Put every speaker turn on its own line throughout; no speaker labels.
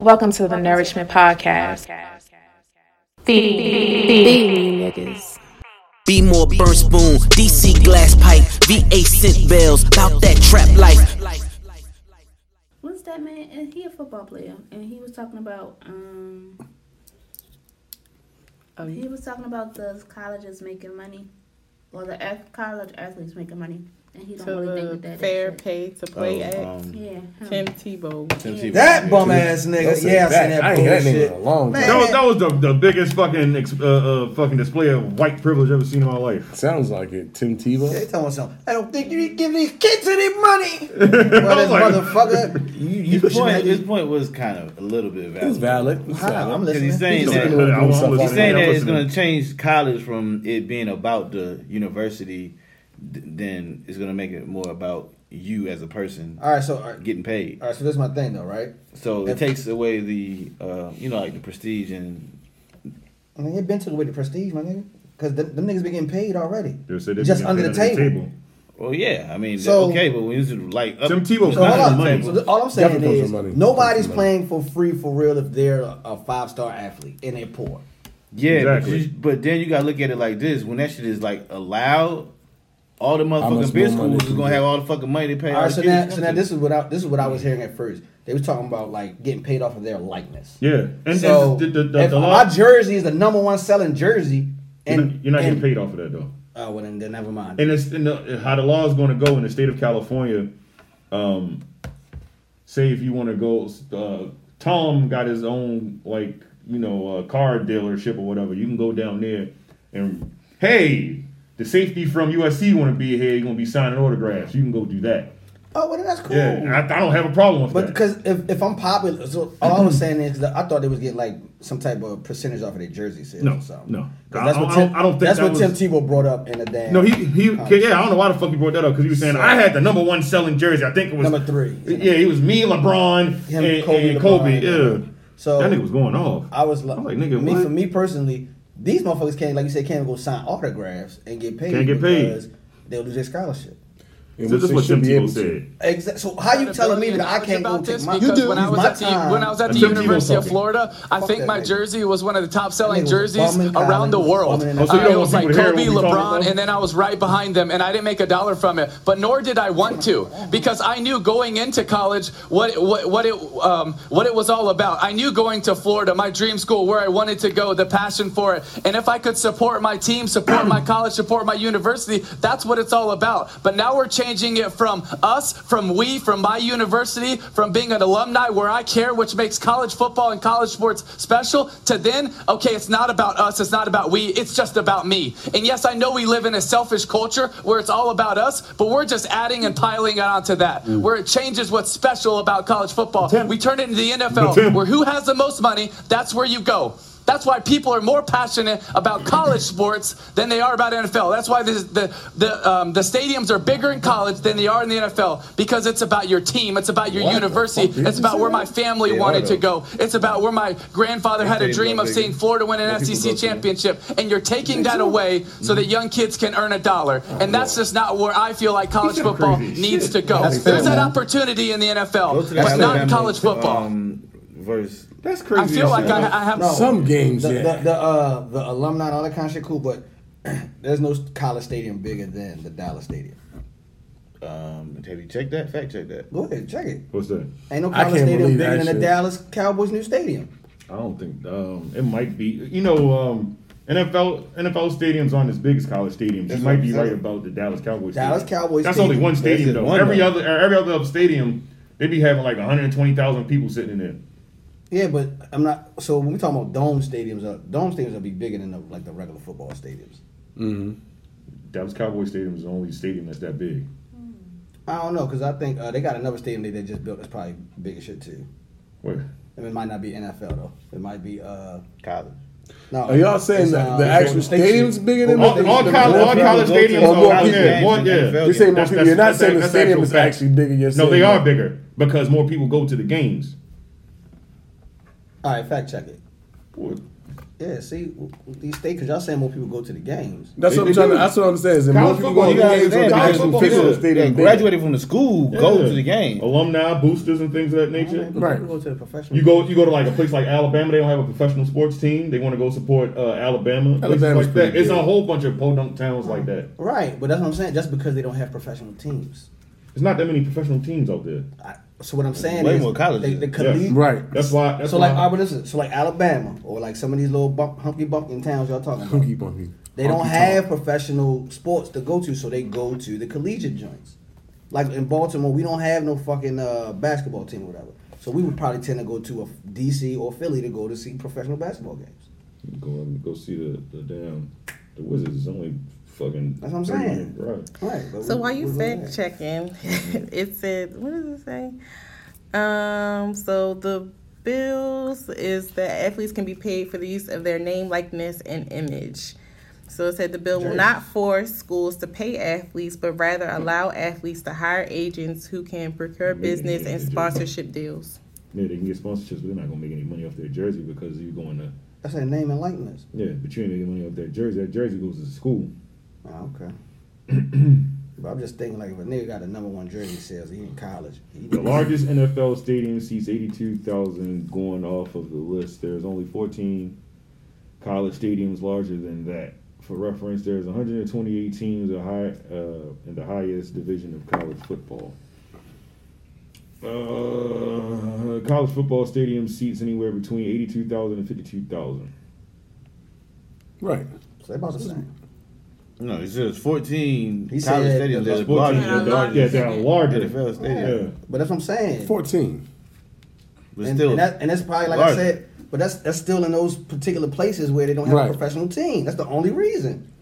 Welcome to the Nourishment Podcast. Feed me, niggas.
Be more burn spoon, DC glass pipe, VA synth bells, bout that trap life.
What's that man? And he a football player, and he was talking about um, he was talking about the colleges making money, or the ath- college athletes making money, and he don't
to
really
the
think that that
fair
is
pay to play act.
Yeah, him.
Tim Tebow.
That bum ass nigga. Yeah, I seen that
I ain't hear that nigga in a
bullshit.
long time.
Man.
That was, that was the, the biggest fucking ex- uh, uh, fucking display of white privilege I've ever seen in my life.
Sounds like it. Tim
They
Tebow.
telling us something. I don't think you need to give these kids any money. well, this
like-
motherfucker. You, you
His
pushing
point, his
that.
point was kind of a little bit valid.
It's valid. It's
How? I'm
valid.
listening.
He's saying
He's
that-
looking at
I'm
himself
listening.
out
He's saying
there.
that it's
listening.
going to change college from it being about the university, th- then it's going to make it more about you as a person
All right, so all right,
getting paid.
all right, so this is my thing though, right?
So it
If-
takes away the, uh, you know, like the prestige and
I mean, it been took away the prestige, my nigga, because them, them niggas be getting paid already.
They said they
Just
be
under the
getting paid
table.
well, yeah, I mean,
So-
okay, but when you like uh, up,
Tim Tebow
So hold
Not
on.
the money.
So th- all I'm saying
Definitely
is
comes with money.
nobody's
Comes with
playing for free for real if they're a, five star athlete and they're poor.
yeah, but
Exactly.
you- but, then you got to look at it like this: when that shit is like allowed, all the
much
motherfucking beer
more money
schools
do
is
you
gonna
get?
have all the fucking money to pay.
All right,
the
so
kids
now, so now
something.
this is what I, this is what I was hearing at first. They was talking about like getting paid off of their likeness.
Yeah, and,
so
and the, the, the,
if
the law,
my jersey is the number one selling jersey,
you're
and
not, you're not
and,
getting paid off of that though.
Oh well, then, then never mind.
And it's and the, how the law is going to go in the state of California. Um, say if you want to go, uh, Tom got his own like you know uh, car dealership or whatever. You can go down there and hey, the safety from USC want to be here. You're going to be signing autographs. You can go do that.
oh well, then that's cool.
Yeah, and I, I don't have a problem with
But
that.
because if, if I'm popular, so all I was saying is that I thought they was getting like some type of percentage off of their jersey sales.
No,
or something.
no.
'Cause that's
I-
what
I
Tim,
don't- I don't think
that's
that
what
was-
Tim Tebow brought up in the damn.
No, he he.
Oh,
yeah, I don't know why the fuck he brought that up because he was saying I had the number one selling jersey. I think it was
Number three.
Yeah, it was me, LeBron,
Him,
and
Kobe,
Kobe. And Kobe.
LeBron.
Yeah.
So-
that nigga was going off.
I was like,
I'm like, nigga,
me
what?
for me personally, these motherfuckers can't, like you said, can't go sign autographs and get paid.
Can't get paid.
because They'll lose their scholarship.
And
So this
which
is
they
what
should
Tim
be able
Tebow
to.
said.
Exactly. So how you telling me that I can't go
about
take
this
my?
because when I
use
was
my
at the
time-
when I was at
That's
the
Tim Tebow
University of
talking.
Florida, I
Fuck
think
that
my
nigga.
jersey was one of the top selling
That nigga was
jerseys
bumming,
around the
Kyle, he was
world.
bumming in
the-
Uh,
Oh, so you don't
it
want
was
people
like
to hear what
Kobe,
we talking about?
LeBron, and then I was right behind them, and I didn't make a dollar from it. But nor did I want to because I knew going into college what what what it um, what it was all about. I knew going to Florida, my dream school, where I wanted to go, the passion for it, and if I could support my team, support my college, support my university, that's what it's all about. But now we're changing it from us, from we, from my university, from being an alumni where I care, which makes college football and college sports special, to then, okay, it's not about us, it's not about we, it's just about me. And yes, I know we live in a selfish culture where it's all about us, but we're just adding and piling it onto that, where it changes what's special about college football. We turn it into the NFL,
Tim-
where who has the most money, that's where you go. That's why people are more passionate about college sports than they are about NFL. That's why this, the the um, the stadiums are bigger in college than they are in the NFL because it's about your team, it's about your
What the
university,
fuck did
it's
you
about
say
where
that?
my family
They
wanted
are,
to
though.
go. It's about where my grandfather had a
stadiums
dream
are
of
bigger.
seeing Florida win an
More people go
SEC
to them.
championship, and you're taking that away so that young kids can earn a dollar. And that's just not where I feel like college
some
football
crazy
needs
shit.
to go.
That's fair,
There's that
man.
opportunity in the
Go to
NFL,
the
but not in
Alabama,
college football.
Um, verse
That's
I
crazy.
feel
as
like
shit.
I, I have
No,
Some games,
the,
yeah.
the, the, uh, the alumni and all that kind of shit, cool. But there's no college stadium bigger than the Dallas Stadium.
Um, have you checked that? Fact check that.
Go ahead, check it.
What's that?
Ain't no
I
college
can't
stadium
believe
bigger
that
than the
shit.
Dallas Cowboys new stadium.
I don't think um, it might be. You know, um, NFL NFL stadiums aren't as big as college stadiums. You
That's
might
what
be
I'm
right
saying.
about the Dallas Cowboys.
Dallas
stadium.
Cowboys
That's
stadium.
only one
That's
stadium
just
though.
one,
every
though.
other er, every other stadium, they be having like 120,000 people sitting in there.
Yeah, but I'm not. So when we talking about dome stadiums, uh, dome stadiums will be bigger than the, like the regular football stadiums.
Dallas Cowboys Stadium is the only stadium that's that big.
I don't know because I think uh, they got another stadium that they just built that's probably bigger shit too.
Where?
And It might not be NFL though. It might be uh
College.
no.
Are y'all saying
it's,
that
uh,
the actual
Golden State Stadium.
stadium's bigger than
All, all,
the-
college,
the
all
NFL?
college stadiums
Or
are
more
out
people.
there. More, yeah.
You're saying more people. You're not
that's-
saying the
that's
stadium
actual
is
fact.
actually bigger. You're
No,
saying
they
that.
are bigger because more people go to the games.
All right, fact check it.
What?
Yeah, see, w- w- these state, because y'all saying more people go to the games.
That's
They-
what I'm
they
trying.
do.
To, that's what I'm saying. Is that more
College
people
football,
go to
you gotta
games
understand,
because
college football
the physical
is-
Yeah,
stadium bigger.
graduated from the school, go to the game.
Alumni, boosters, and things of that
I don't
nature.
think
Right.
People go to the professional.
You go, you go to like a place like Alabama. They don't have a professional sports team. They want to go support uh, Alabama. places
Alabama's
like that.
pretty
It's
good.
a whole bunch of podunk towns like that.
Right, but that's what I'm saying. Just because they don't have professional teams.
There's not that many professional teams out there.
I, so what I'm saying
Way
is,
more colleges.
they, they
Yeah.
colleague,
Right.
That's why. That's
So
why
like, all right, listen. So like Alabama or like some of these little bump, hunky bumpkin towns y'all talking about.
Hunky bunky.
They don't
Honky
have
tonk.
professional sports to go to, so they go to the collegiate joints. Like in Baltimore, we don't have no fucking uh, basketball team or whatever. So we would probably tend to go to a DC or Philly to go to see professional basketball games.
go go see the the damn the Wizards. It's only fucking.
That's what I'm
30
saying.
Right.
Right. but
So
we-
while you
we go
fact
there.
checking, it said, what does it say? Um, so the bills is that athletes can be paid for the use of their name, likeness, and image. So it said the bill will not force schools to pay athletes, but rather allow athletes to hire agents who can procure
Make it
business and
individual.
sponsorship deals.
Yeah, they can get sponsorships, but they're not gonna make any money off their jersey because you're going to
that's their name and likeness.
yeah, but you ain't making money off that jersey. That jersey goes to the school.
Oh, okay. but I'm just thinking like if a nigga got a number one jersey sales, he in college. He
The largest NFL stadium seats 82,000 going off of the list. There's only 14 college stadiums larger than that. For reference, there's 128 teams are high, uh, in the highest division of college football. Uh, college football stadium seats anywhere between 82,000 and 52,000.
Right.
So they about the same.
No, it's just 14
He
college
said
stadiums
that
that
the
are larger
They're
than the
larger- yeah, they're larger.
NFL stadium.
Yeah.
But that's what I'm saying.
Fourteen.
But
and,
still,
and, that, and that's probably like
larger.
I said, but that's that's still in those particular places where they don't have
Right.
a professional team. That's the only reason.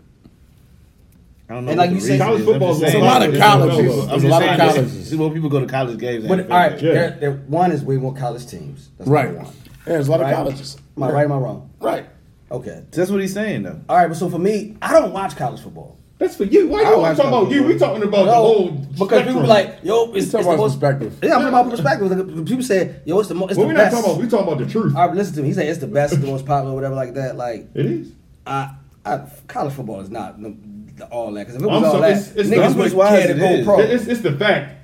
I don't know.
and
what
like
the
you said,
reason
college
is. I'm
football
just
is
saying-
a lot of
I'm
colleges.
just
There's a lot of
saying,
colleges.
See, more people go to college games. than
But
NFL
all right,
games.
there, there, one is way more college teams. That's
Right.
number
Yeah,
one.
there's a lot
Right?
of colleges.
Am I right? Am I wrong?
Right.
Okay.
That's what he's saying, though.
All right. But so for me, I don't watch college football.
That's for you. Why
I
you
don't
always
watch
talking about
college
you? We
football.
talking about the whole
because people
spectrum.
be like, yo, it's,
He's
it's
talking
the
about
most
perspective.
Yeah, I'm talking about perspective. Like, People said, yo, it's the most. It's
well,
the
we're not
best.
talking about. We talking about the truth.
all right, listen to me. He said it's the best, the most popular, whatever, like that. Like,
it is.
I, I, college football is not the, the all that. Because if it
I'm
was all
sorry,
that,
it's- it's
niggas
the-
would
why
care
is
to
it
go
is.
pro.
It's, it's the fact.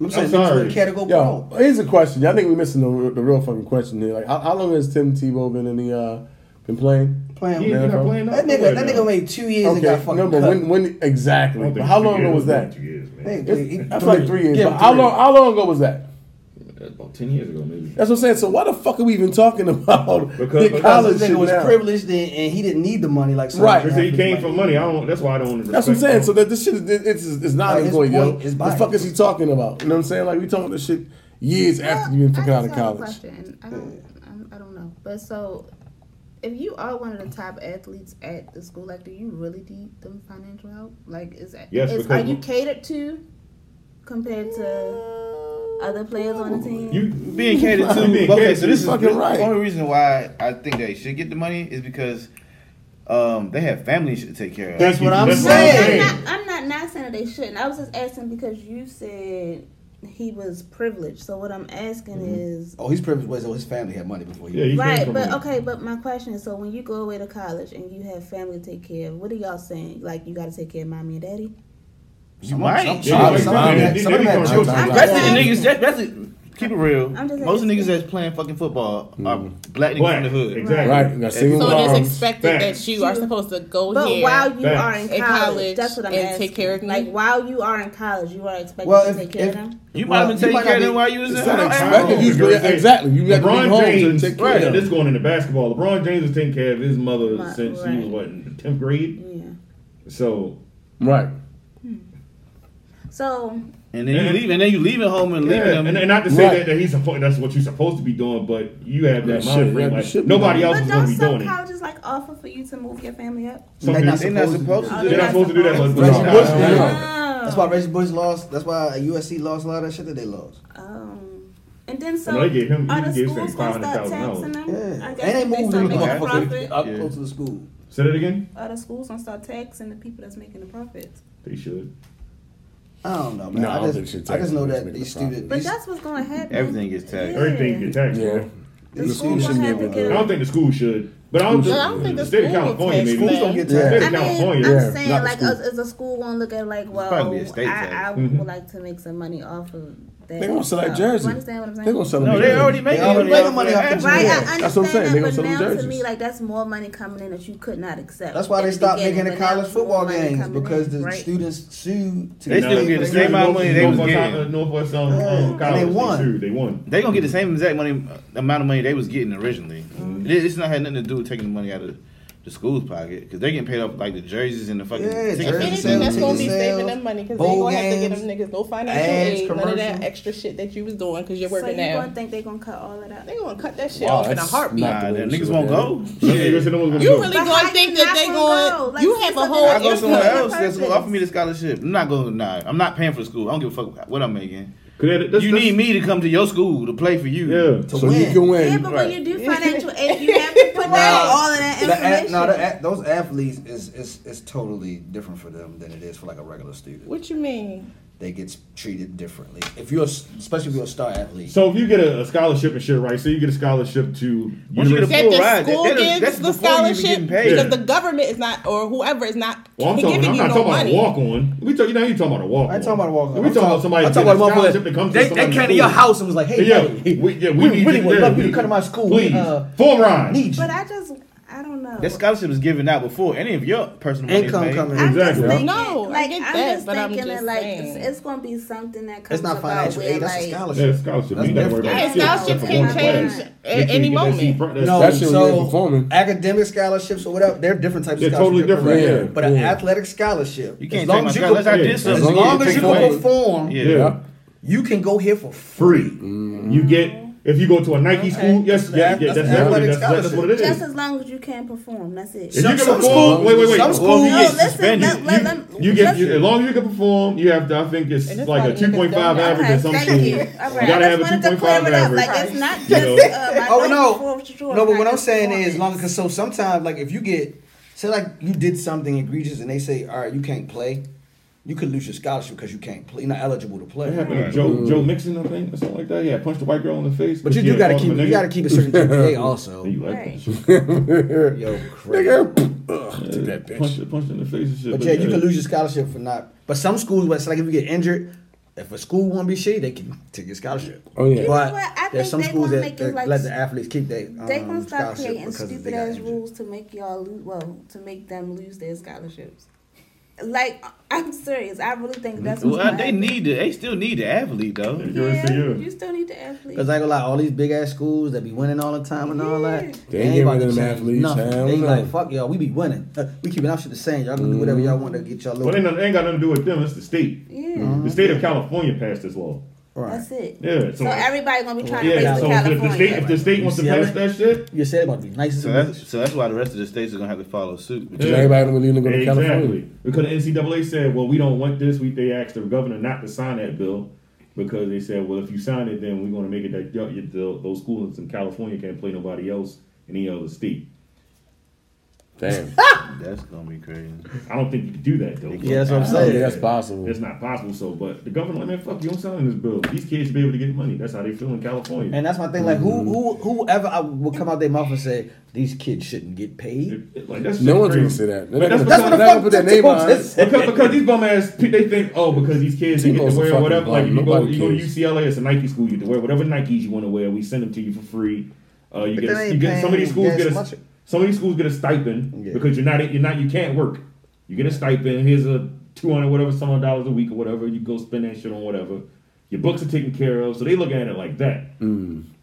I'm
I'm
saying niggas
sorry.
wouldn't care to go
Yo,
pro.
here's a question. I think we're missing the, the real fucking question here. Like, how, how long has Tim Tebow been in the uh, been playing?
Playing.
He ain't not
NFL?
playing
That
no
nigga,
football
that
now.
nigga made two years and got
Okay,
fucking
no, but
cut.
when when
I
exactly?
don't
But
think
how
two
long ago
years,
was
I don't
that?
think two years, man.
Hey,
It's-
please,
That's like three years. But how
three.
long? How long ago was that?
About ten years ago, maybe.
That's what I'm saying. So why the fuck are we even talking about
Because-
the
Because
college
this
shit
nigga was
now?
privileged and, and he didn't need the money like some
Right.
other
They say he
athletes
came
might
for
need.
money. I don't. That's why I don't. want to
That's what I'm
respect
saying. So
him.
that this shit is it's, it's, it's not
Like, his
ongoing, yo.
point is
The fuck
biased.
is he talking about? You know what I'm saying? Like we talking about this shit years after you've been fucking out of college.
Question. I don't, I'm- I don't know. But so, if you are one of the top athletes at the school, like, do you really need them financial help? Like, is that
Yes,
is, are
because-
you catered to compared to other players on the team?
You
being catered to.
Being
okay,
catered
so
to.
this is
Fucking
the
right.
only reason why I think they should get the money is because um, they have families to take care of.
Thank you.
what I'm
what
saying.
I'm not, I'm not not saying that they shouldn't. I was just asking because you said he was privileged. So what I'm asking is
Oh, his privilege was that his family had money before he.
Yeah, he came
right,
for
but
money.
okay, but my question is: so when you go away to college and you have family to take care of, what are y'all saying? Like you got to take care of mommy and daddy?
you
Right.
some,
Yeah,
some,
like,
some,
they-
had-
they-
some
they be
of them had
going
children.
to-
That's
I'm
the
just
niggas. That, that's it. Keep it real.
I'm just
Most of the niggas
asking.
that's playing fucking football are black niggas
Hmm. Black.
from the hood.
Exactly.
Right. You got single
So it
moms.
is expected
facts.
that you are supposed to go
But
here.
while you are in college,
Facts.
In college
that's what I'm
and
asking.
take care of me?
like while you are in college, you are expected
Well,
to
if-
take care
if-
of them.
You
Well,
might have
you
been taking
might
care
not
of them
be-
while you was in
It's not
Alabama.
expected. You-
Because they-
exactly. You got to be
LeBron
home to
James,
take care
right,
of
This
them.
going into basketball. LeBron James is taking care of his mother
Right,
since she
right.
was what in tenth grade.
Yeah.
So
Right.
So
And then you leave, and then you leaving home and leaving
yeah,
them.
and, and not to say
Right.
that, that he's suppo- that's what you're supposed to be doing, but you have that
You
mind
should-
frame.
you
Like,
should be
nobody
doing
else
But
is going
don't
to be doing
some
it.
colleges like offer for you to move your family up?
Some
They're not
people-
not supposed
supposed to. do
to
that.
do
They're
that.
not supposed to do that. But
Reggie
LeBron
Bush
James-
did it.
Oh.
That's why Reggie Bush lost. That's why USC lost a lot of that shit that they lost.
Um, and then so
Well, they gave him- he
are
gave
the
him
schools gonna start
$500,000.
taxing them?
Yeah,
I
and
guess
they
if they
moved
start
them
making a
motherfuckers
profit.
up
Yeah.
close to the school.
Say that again.
Are the schools gonna start taxing the people that's making the profits?
They should.
I don't know, man.
No, I
I
don't think she
just, I just
taxed
know
them.
that
They
these
just made the
students,
But
these,
that's what's gonna happen.
Everything gets taxed.
Everything get taxed.
Yeah.
The school gonna have to
shouldn't
get
I
able
don't
to-
think the school should. But I don't,
But I don't think
the
the
state of
school will
California
tax
maybe.
that.
don't get
Yeah.
state
I
of
I mean,
California.
yeah,
I'm
not
saying
the
like
school.
us as a school won't look at like, well, oh,
probably a state
I, I
tax.
would
Mm-hmm.
like to make some money off of that.
They gonna sell that
So,
jersey.
You understand Oh, what I'm saying?
They gonna sell
No,
them
they
jerseys.
already making
They already
money
making money
off
off
the
the
jersey.
Right,
Yeah,
I
that's
understand
what I'm saying.
that,
They gonna
but
sell them
now to
jerseys.
me, like that's more money coming in that you could not accept.
That's why
at
they
the
stopped
beginning,
making the
but now
college
it's more
football
money
games
coming
because
in,
the
right?
students sued to
They still
pay
get
for
the same amount of money they was
Northwest-
getting.
Northwest um, um,
Yeah.
College.
And they won.
too. They won.
They gonna get the same exact money amount of money they was getting originally.
Hmm.
It- It's not had nothing to do with taking the money out of the school's pocket because they're getting paid off like the jerseys and the fucking.
Yeah,
tickets.
jerseys,
Anything that's gonna be
Sales,
saving them money because they
bowl
gonna have to get them
games,
niggas no financial
ads,
aid, none of that
commercials.
extra shit that you was doing because you're
So you
working
gonna
now.
think they gonna cut all of that?
They gonna cut that shit
Wow,
off in a
that's
heartbeat.
not-
Nah,
Like the
that
way
niggas
you
won't
said
go.
Yeah.
Shit.
Niggas said no one's gonna
You
go.
really
But
gonna
how
think
you
that
not
they
gonna
going?
go? Like,
you
you
have a
said
whole.
I
that
go
It's
somewhere
good.
income.
else that's gonna offer me the scholarship. I'm not going. Nah, I'm not paying for the school. I don't give a fuck what I'm making.
'Cause that- that's-
you
that's-
need me to come to your school to play for you.
Yeah.
to
So
win.
you can
Yeah,
win.
but
Right.
when you do financial aid, you have to put down all of that
The ath-
information.
no, the, ath- those athletes is, is is totally different for them than it is for like a regular student.
What you mean?
They get treated differently. If you're, a s- especially if you're a star athlete,
So if you get a, a scholarship and shit, right? So you get a scholarship to
Once you get a
That
university-
Full
the
ride,
school
that- that is-
gives
that's
the
before you even
scholarship
getting paid.
because
Yeah.
the government is not or whoever is not
Well, I'm talking.
giving
I'm
you
not
no
talking about
money.
a walk on. We talk. You know, you talking about a walk on.
I ain't talking about a walk-on.
We
I'm
talking
talking-
about somebody
I'm talking
getting a
about a motherfucker-
scholarship to come to
they, they
somebody's
came to your
school.
house and was like, "Hey,
Yeah,
buddy,
we- yeah, we
we
need
really
you
would
there.
love you
We-
to come to my school.
please,
uh,
full ride."
Need you.
but I just, I don't know.
That scholarship is given out before any of your personal money is
income
made.
coming.
I'm
in.
just
Exactly.
thinking,
No, I
like,
get
am
that,
just
but I'm
thinking
just
that like
saying.
it's, it's gonna be something that comes
It's not
about
financial
where
aid. That's a
like
scholarship.
Yeah, scholarship.
That's
You ain't
different.
gotta worry about
Yeah,
shit
scholarship
except for
can
one
change
class.
at
They can't
any
get that
moment.
seat front- that
No,
seat.
That shit was good
so
performing.
academic scholarships or whatever, they're different types
They're
of scholarships.
totally different.
right?
Yeah,
But an
yeah.
athletic scholarship,
You can't
as
take
long
my
as you
job unless I
can,
did
as
something.
as
you
long
can't
as
take it
you can
away.
perform,
Yeah.
Yeah.
you can go here for
Free.
free.
You get if you go to a Nike school. Yes, yeah, yeah,
That's
that's
an athletic
that's- that's what it
just
is.
as long as you can perform. That's it.
If you
Some-
get
some
a
schools-
wait, wait, wait.
some
Well,
schools-
you
no,
get
listen.
suspended.
Let, let, let,
You get
listen.
you, as long as you can perform, you have to. I think it's
And it's
like a
not even
two point five
done.
average
Okay,
at some
thank
school.
you.
You
All right.
gotta
I just
have a two
wanted to
point
clear
five
it up.
average.
Like it's not just.
You know?
Uh, my
Oh
daughter
no,
performed, she drew a
no. But what
black
I'm saying is,
performance.
long because so sometimes, like if you get, say, like you did something egregious, and they say, all right, you can't play, you could lose your scholarship because you can't play. You're not eligible to
What
play.
happened to Joe Joe Mixon? I think or something like that. Yeah, punched a white girl in the face.
Mm. But you
she
do
had
gotta
called
keep,
him a
you
nigga.
gotta keep a certain GPA also.
And you like
Right.
that shit.
Yo, crazy.
Take that bitch.
Punched, punched in the face and shit.
But yeah, you can lose your scholarship for not. But some schools, where it's like if you get injured, if a school won't be shitty, they can take your scholarship.
Oh, yeah. You know
But
what? I
there's
think
some
they
schools
gonna
that,
make it
that
like-
let the athletes keep their um,
They gonna stop
scholarship
creating
because they
stupid
got
ass
injured.
rules to make y'all lose. Well, to make them lose their scholarships. Like I'm serious. I really
Mm-hmm.
think that's what's
Well,
gonna
they
happen.
need the, they still need the athlete though.
Yeah,
Yeah,
so yeah.
you still need the athlete.
Cause I ain't gonna lie, all these big ass schools that be winning all the time and all that,
They ain't getting
about
rid
to
of them
change
athletes,
nothing.
hell
They
no.
like fuck y'all, we be winning. Uh, we keeping our shit the same. Y'all can do whatever y'all want to get y'all
But
little.
ain't, nothing- ain't got nothing to do with them. It's the state.
Yeah,
Uh-huh.
The state of California passed this law.
All right.
that's it.
Mm-hmm. Yeah, so-
So, everybody gonna be trying
Yeah,
to
so
race to
if the state if
California.
the state wants to
UCLA.
pass that shit,
You said about to be nice as
So
a
that's
bitch.
so that's why the rest of the states are gonna have to follow suit.
Because
Yeah.
everybody don't believe in going to California.
exactly because the NCAA said, well, we don't want this. We they asked the governor not to sign that bill because they said, well, if you sign it, then we're going to make it that yo- you- the- those schools in California can't play nobody else in any other state.
Damn.
That's gonna be crazy.
I don't think you can do that though.
Yeah, that's what I'm
I don't think
saying.
that's possible.
It's not possible. So, but the governor, like, man, fuck you, I'm signing this bill. These kids should be able to get money. That's how they feel in California.
And that's my thing. Like
Mm-hmm.
who who whoever I would come out their mouth and say these kids shouldn't get paid.
It- it- like, that's
No
shit
one's gonna
crazy.
say that.
But that's
They're
because-
That's what
not
the
gonna
fuck
put that
Tim
name
Tebow
on it.
just said.
Because, because these bum ass, pe- they think, oh, because these kids, they get
T-Bow's
to
a
wear
fucking
whatever. Like,
bum.
you go,
Nobody
you go to
cares.
UCLA, it's a Nike school. You can wear whatever Nikes you want to wear. We send them to you for free. Uh, you
But
get,
they
a,
ain't
you get some of these
paying
schools
gas
get a,
much.
some of these schools get a stipend
Yeah.
because you're not you're not you can't work. You get a stipend. Here's a two hundred whatever some odd dollars a week or whatever. You go spend that shit on whatever. Your books are taken care of, so they look at it like that.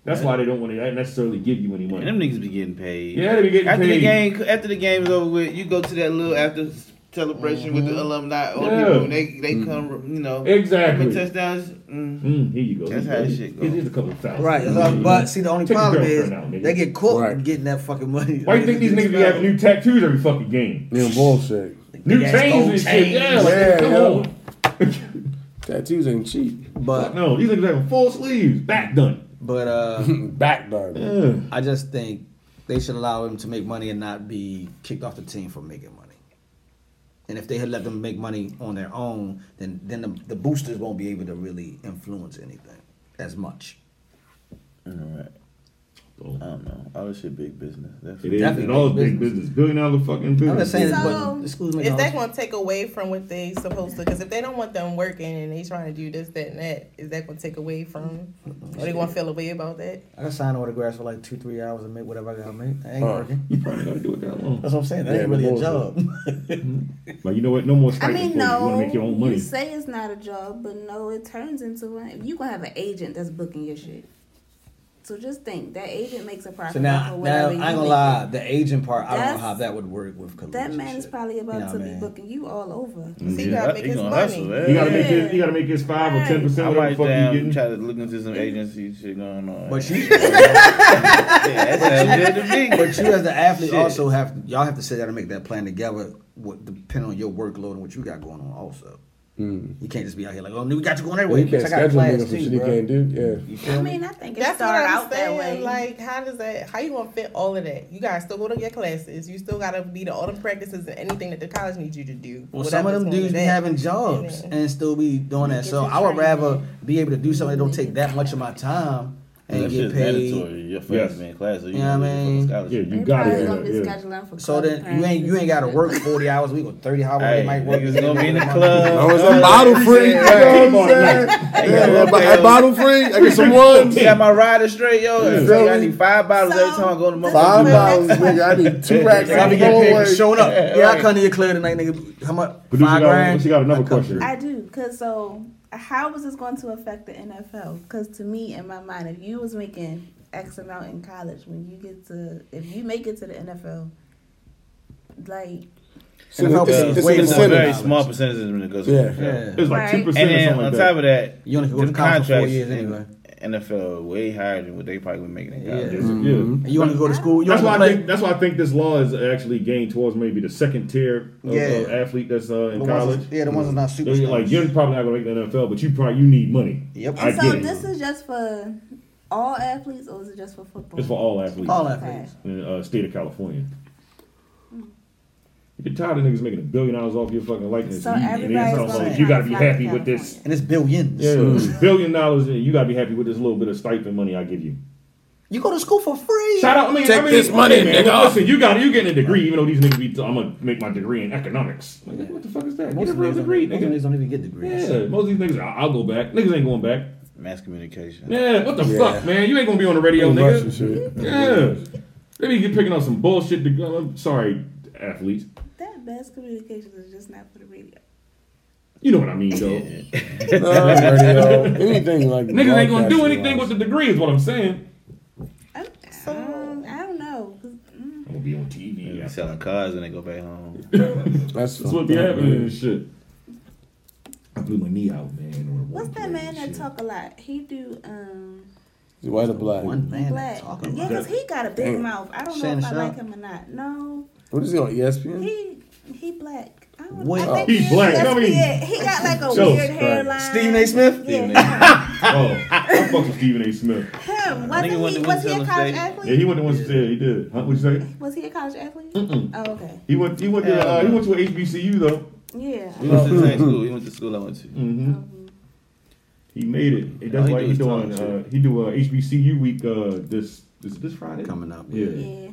That's why they don't want to necessarily give you any
And
money.
them niggas be getting paid.
Yeah, they be getting
after
paid.
the game. After the game is over with, you go to that little after celebration with the
Mm-hmm.
alumni. All
Yeah.
people, and they they come, you know,
Exactly.
with touchdowns. Mm.
Mm, here you go.
That's
Here
how
you
this
go.
shit
Here's-
go.
Here's a couple of thousand.
Right. that's all- But see, the only
Take your
problem is
girlfriend out, nigga.
they get caught
Right.
getting that fucking money.
Why do you think these niggas be having new tattoos every fucking game?
Yeah, bullshit.
New
Yes,
chains
gold
and shit. Yeah, like,
Yeah,
come
yeah.
on.
Tattoos ain't cheap.
But
No, these niggas having full sleeves, back done.
but uh,
Back done.
Ugh.
I just think they should allow them to make money and not be kicked off the team for making money. And if they had let them make money on their own, then then the, the boosters won't be able to really influence anything as much.
So,
I don't know.
Oh,
All this shit big business. That's
it is
Definitely
and all
big
big business. Billion dollar fucking business.
I'm not saying that,
So,
but the schools make
is
all
that going to take away from what they supposed to? Because if they don't want them working and they trying to do this, that, and that, is that going to take away from? Are they going to feel away about that?
I can sign autographs for like two, three hours and make whatever I gotta make. That ain't
Huh.
working.
You probably gotta do it that long.
That's what I'm saying. That
Yeah,
ain't really a
bullshit.
job.
Like you know what? No more
I
stipend.
mean,
for it. You
no.
want to make your own money.
You say it's not a job, but no, it turns into one. You gonna have an agent that's booking your shit. So just think that agent makes a profit.
So
off
now,
of
now
whatever
I ain't
you
gonna
make.
lie, the agent part, I don't know
That's-
how that would work with collegiate.
That man is
shit.
probably about
You
to
know what I
be
mean?
booking you all over.
See, you gotta make his money.
You gotta make his, you gotta make his five or ten percent
I
of the
might
fuck
damn
you getting.
try to look into some agency shit going on.
But you,
yeah, that sounds good to me.
but you as the athlete
Shit.
also have y'all have to sit down and make that plan together. What depending on your workload and what you got going on also.
Hmm.
You can't just be out here like, oh, we got you going
Well,
everywhere.
you can't
Check out
schedule
class
niggas for
too,
shit he
bruh.
can't do. Yeah.
You feel
I
me?
mean, I think it
That's what
started
I'm
out that way.
saying. Like, how does that? How you gonna fit all of that? You gotta still go to your classes. You still gotta be to all the practices and anything that the college needs you to do.
Well, some of
Whatever's
them
gonna
dudes be
that.
having jobs
Yeah.
and still be doing that. So
Get
I
your
would
training.
rather be able to do something that don't take that much of my time and
That
get
shit's
paid.
mandatory.
Mm.
Your
Yes.
friends be in class, so you
You know what I mean?
Yeah, you
They probably
gotta do
gonna be
that. Yeah.
scheduling for
So then
club
you ain't you ain't gotta
practice.
work forty hours a week or thirty hours.
Hey,
they might work.
niggas gonna be in the club.
Oh, it's
Yeah.
a bottle free. You know
Come on,
what I'm
man.
saying? Yeah, that bo- that bottle free. I get some ones.
You got my rider straight, yo.
You
So I
feel me?
need five bottles every time I go to my
Five dollars, nigga. I need two racks.
I
I'm
be getting paid
going
for
away.
showing up. Yeah, I come to your club tonight, nigga. How much?
Producer
Five
got,
grand.
she got another question.
I do, cause so how is this going to affect the NFL? Cause to me, in my mind, if you was making X amount in college, when you get to, if you make it to the NFL, like
So
NFL
it's-
pays
it's
way
an
more
It's a very
incentive.
small percentage that goes to
Yeah.
the NFL.
Yeah.
It's like
Right.
two percent
And
or
then
something like
on top
that.
of that,
You only can go to
them
college for four
contracts
years
in
anyway.
NFL way higher than what they probably were making in college.
Yeah.
Yeah.
And you only go to school. You
That's
only
why I
play.
think that's why I think this law is actually gained towards maybe the second tier of,
Yeah.
of athlete that's uh, in
the ones
college.
that's- yeah, the ones that's not
They're like
superstars.
you're probably not gonna make the NFL, but you probably you need money.
Yep.
I
And
get
so
it.
this is just for all athletes, or is it just for football?
It's for all athletes
All athletes.
in uh, state of California. You get tired of niggas making a billion dollars off your fucking likeness.
So
and you, and
everybody's
it's
gonna
like, you gotta be
fly to
happy with this.
California.
And it's billions.
Yeah, billion dollars, and you gotta be happy with this little bit of stipend money I give you.
You go to school for free.
Shout out, I mean,
Take
I mean,
this
okay,
money,
man.
nigga.
Listen, you got you getting a degree, even though these niggas be. I'm gonna make my degree in economics. Like, nigga, what the fuck is that? Get
Most
a
of these
real
don't-
degree,
most of
nigga.
these don't even get degrees.
Yeah, most of these niggas, I'll, I'll go back. Niggas ain't going back.
Mass communication.
Yeah, what the
Yeah.
fuck, man? You ain't gonna be on the radio,
Rush and
nigga.
shit.
Yeah, they be get- picking up some bullshit. deg- I'm sorry, athletes.
That best communications is just not for the radio.
You know what I mean, though.
No, radio, anything like
Niggas ain't gonna do anything with the degree, is what I'm saying.
I, I don't- I don't know. 'cause, mm,
I'm gonna be on TV.
They
yeah.
selling cars and they go back home.
That's,
That's what be happening and shit. I blew my knee out, man. on a
What's
one
that
play
man
and
that
shit.
talk a lot? He do um
White or black?
One man
black.
talking
Yeah,
about
cause he got a big
Damn.
mouth. I don't
Shannon
know if I like
Sharp.
him or not. No,
What is he on E ESPN?
he he black. I don't,
Wait.
I think
Oh, He
is
black. I mean-
ESPN. he got like a
Jesus
weird
Christ.
hairline.
Stephen A. Smith.
Yeah,
Oh, I fuck with Stephen A.
him.
Smith.
he
Wasn't
went
he?
to
Was he a
Winston
college
State.
Yeah,
athlete?
he went to one. Yeah, he did. Huh? What'd you say?
Was he a college athlete? Oh, okay.
He went. He went to. Uh, he went to a HBCU though.
Yeah.
We went to the same school. We went to school I went to.
Mm-hmm. He made it. And That's
All he
why
do
he
is
doing.
talk
Uh, he do a HBCU week. Uh, this is it this Friday.
Coming up.
Yeah.
Yeah.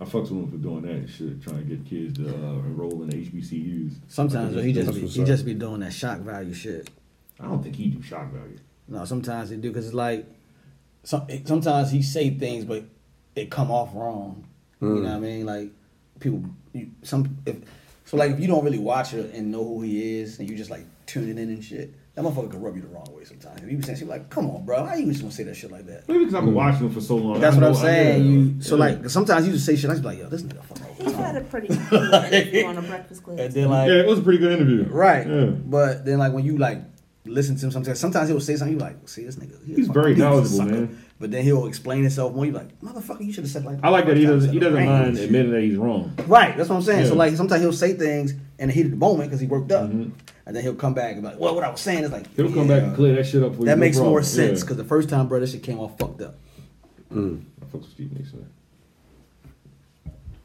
I fucks with him for doing that and shit, trying to get kids to uh, enroll in HBCUs.
Sometimes though, he just
That's
be,
what's
he
up.
just be doing that shock value shit.
I don't think he do shock value.
No, sometimes they do because it's like some, sometimes he say things, but it come off wrong. You know what I mean? Like people, you, some if so like if you don't really watch it and know who he is, and you just like tuning in and shit, that motherfucker could rub you the wrong way sometimes. If you be saying shit like, "Come on, bro, how you just gonna say that shit like that?"
Maybe because I've been watching him for so long.
That's
I
what
know-
I'm
I
saying.
know.
You so
Yeah.
like sometimes you just say shit. I just be like, "Yo, this nigga fucking." over
He
the top."
had a pretty good on a breakfast club.
And then like
yeah, it was a pretty good interview.
Right.
Yeah.
But then like when you like listen to him sometimes sometimes he'll say something you like, see this nigga. he a
He's
fucking-
very
a
knowledgeable,
sucker."
man.
But then he'll explain himself more. You like, motherfucker, you should have said like.
I like that he doesn't. He doesn't
Right.
mind admitting that he's wrong.
Right, that's what I'm saying. So
Yeah. Mm-hmm.
like sometimes he'll say things in the heat of the moment because he worked up, and then he'll come back and be like, well, what I was saying is like.
He'll come back and clear that shit up for you.
That
no
makes
problem.
more sense
Yeah.
because the first time, bro, that shit came off fucked up.
I fucks with Steve Nash, man.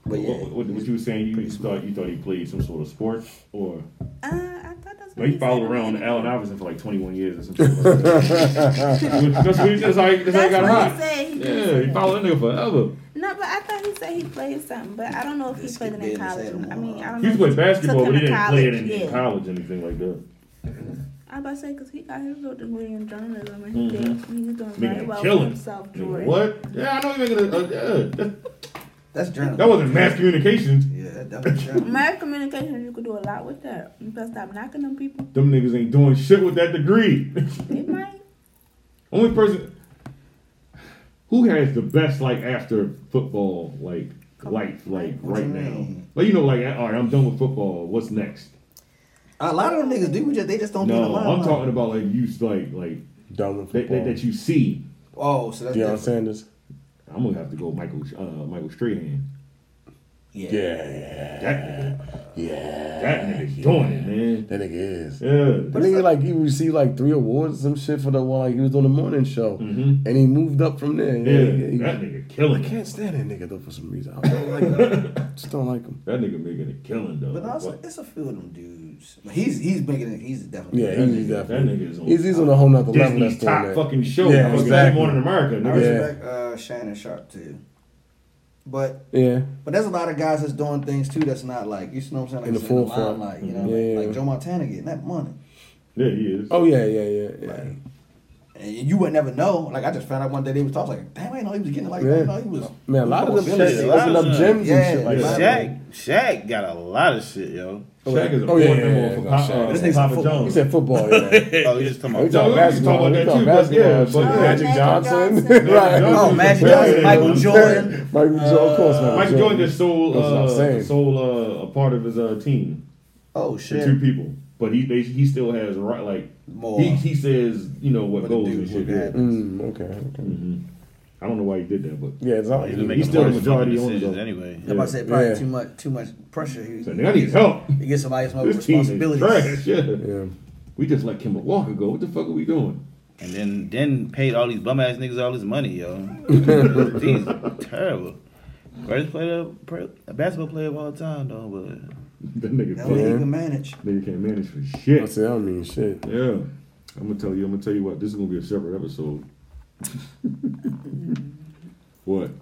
But yeah,
what, what, what you were saying? You thought you thought he played some sort of sport, or
Uh, I thought that's
well, he followed around Allen Iverson for like 21 years or something. like that. that's what he that's how he- that's how he
That's what
got
he
hot.
said. He
Yeah, he followed that nigga forever.
No, but I thought he said he played something, but I don't know if he played it in college. I mean, I don't know.
He
if
played
took
basketball,
him
but
to
he didn't play it in, in
yeah.
college or anything like that.
I about to say because he got his little degree in journalism and he
Mhm.
did. He was doing
Making
very
a
well for
killing.
himself.
Nigga,
Jordan.
What? Yeah, I know you're making a. a yeah, that,
That's journalism.
that wasn't mass communications.
Yeah, that definitely journalism.
Mass communication, you could do a lot with that. You better stop knocking them people.
Them niggas ain't doing shit with that degree.
They
Mm-hmm.
might.
Only person who has the best like after football like life like
What
right
you
now.
mean?
Like you know, like all right, I'm done with football. What's next?
A lot of them niggas do. we Just, they just don't be in the
No,
limelight.
I'm talking about like you like like
Done with
that, that,
football.
that you see.
Oh, so that's
Deion
different.
Sanders.
I'm gonna have to go Michael uh, Michael Strahan.
Yeah.
Yeah,
That nigga,
yeah.
that nigga's doing it, man.
That nigga is.
Yeah.
But nigga, like he received like three awards, some shit for the one like he was on the morning show,
Mhm.
and he moved up from there.
Yeah,
He- he-
that nigga killing
I
it.
can't stand that nigga though for some reason. I don't like him. just don't like him.
That nigga making a killing though.
But also,
Fuck.
it's a few of them dudes. He's he's making it. He's definitely.
Yeah,
that
he's
nigga, that
definitely.
nigga is on
He's, he's on a whole nother level.
Disney's
That's doing
top
that.
fucking show.
Yeah,
Yeah,
exactly.
Morning America.
I
Nigga.
Yeah.
respect uh, Shannon Sharp too, but
Yeah,
but there's a lot of guys that's doing things too that's not like you know what I'm saying. Like
In the
it's
forefront. Mm-hmm.
limelight, you know, what I mean?
Yeah.
like Joe Montana getting that money,
yeah, he is.
Oh yeah, yeah, yeah, yeah.
and you would never know. Like I just found out one day they was talking like, damn, I didn't know he was getting like,
Yeah.
that. you know, he was.
Man, a lot of them
Shit,
shit they
a lot
open up
of-
gyms
yeah,
and shit like
yeah.
that.
Shaq, Shaq got a lot of shit, yo.
Shaq is a
Oh, yeah,
board
yeah,
member
yeah,
for
yeah,
Pa-
Shaq.
uh,
This nigga's
Papa
a fool.
He
Jones.
said football. Yeah.
Oh, you just talking
We
about.
talk
we
basketball.
talking
We
about
talk
that too, but
basketball.
yeah,
shit.
but
Magic
Magic
Johnson.
Johnson.
Right.
Oh, Magic Johnson, Michael Jordan.
Michael Jordan, of course, Michael
Michael Jordan just sold
That's what I'm
uh,
saying.
sold uh, a part of his uh, team
Oh
to two
shit.
people, but he they, he still has right like
More.
he, he says you know what
What
goals
to do,
and shit.
what happens.
Mm, okay. okay.
I don't know why he did that, but
Yeah, it's not like
Oh, He's
he-
making
still the
worse
majority
fucking decisions
owner, though.
anyway.
I'm about to say probably
Yeah.
too much too much pressure. He,
so, nigga, I need help.
he gets somebody else more
This team is trash.
responsibilities.
Yeah.
Yeah.
we just let Kimball Walker go. What the fuck are we doing?
And then then paid all these bum ass niggas all this money, yo. These terrible. Greatest player, pra- basketball player of all time, though. But
That nigga,
That
fuck-
way he
Yeah.
can manage.
nigga can't manage for
I
shit.
said, I don't mean shit.
Yeah, I'm gonna tell you. I'm gonna tell you what. This is gonna be a separate episode. what?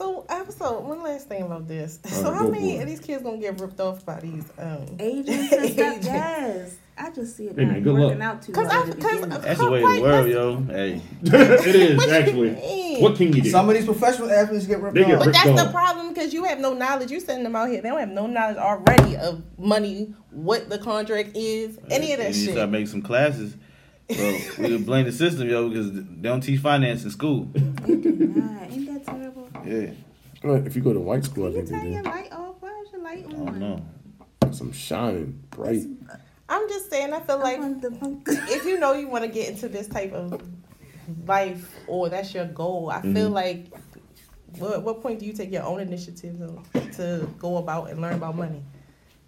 So, I was- so one last thing about this.
Oh,
All
So,
right,
how
go
many
for it.
of these kids gonna get ripped off by these? Um,
Agents and stuff.
Agents.
yes. I just see it
Hey,
not
man, good
working
luck.
out too
Cause
well
I-
to
cause
begin with.
that's the way of
Right,
the world, yo. Hey,
it is
What you
actually.
mean?
What can you do?
Some of these professional athletes get ripped
They get
off.
But
ripped
that's
off.
the problem because you have no knowledge. You sending them out here. They don't have no knowledge already of money, what the contract is, any of
You
that
need to start
shit.
making some classes.
Oh.
So we can blame the system, yo, because they don't teach finance in school.
Nah, ain't that terrible?
Yeah,
Well, If you go to white school, I
You
think
turn
they
your light off. Why is your light
I don't
on?
know.
do some shining bright.
I'm just saying. I feel
I
like
want the punk.
if you know you want to get into this type of life or that's your goal, I feel like well, at what point do you take your own initiative to, to go about and learn about money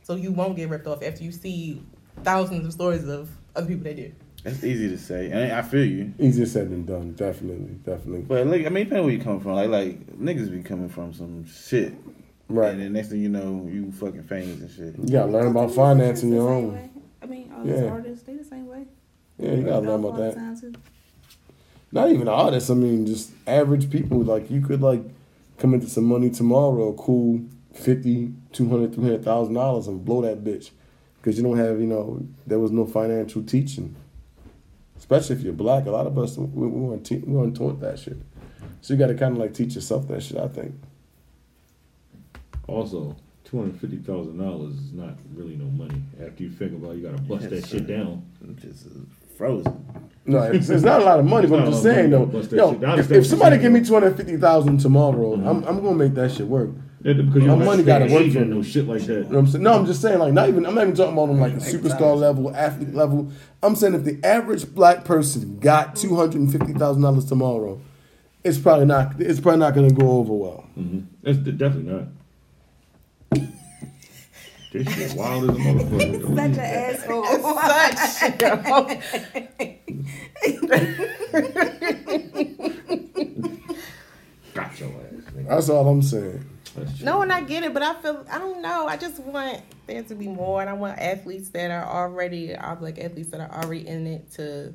so you won't get ripped off after you see thousands of stories of other people that do?
Mm-hmm.
That's easy to say, and I feel you.
Easier said than done. Definitely, definitely.
But look, I mean, depending where you come from, like like niggas be coming from some shit,
Right.
And then next thing you know, you fucking famous and shit.
You gotta learn about financing your own.
I mean, all these
Yeah.
artists, they the same way.
Yeah, you gotta learn about
All the
that.
time, too.
Not even artists. I mean, just average people. Like you could like come into some money tomorrow, cool 50, 200, 300,000 dollars and blow that bitch. Cause you don't have, you know, there was no financial teaching. Especially if you're black. A lot of us, we, we weren't, te- we weren't taught that shit. So you gotta kind of like teach yourself that shit, I think.
Also, two hundred fifty thousand dollars is not really no money. After you think about, it, you gotta bust
Yes,
that
sir.
shit down.
I'm just uh, frozen.
No, it's, it's not a lot of money, but I'm
It's
just
not a
saying
lot
though.
of money, but
Yo,
that's- I
if,
understand
if
what
somebody
you're
give me
saying.
two hundred fifty thousand tomorrow, I'm I'm gonna make that shit work.
Yeah, because you
My
don't
money
money
gotta
got
work
agent
for me.
no shit like that.
You know what I'm saying? No, I'm just saying like not even I'm not even talking about on like a superstar level, athlete level. I'm saying if the average black person got two hundred and fifty thousand dollars tomorrow, it's probably not it's probably not gonna go over well.
That's de- definitely not. This shit wild as a motherfucker.
Such an
though.
asshole.
Such. yo.
Got your ass. nigga.
That's all I'm saying.
That's true.
No, and I get it, but I feel I don't know. I just want there to be more, and I want athletes that are already, I like athletes that are already in it to.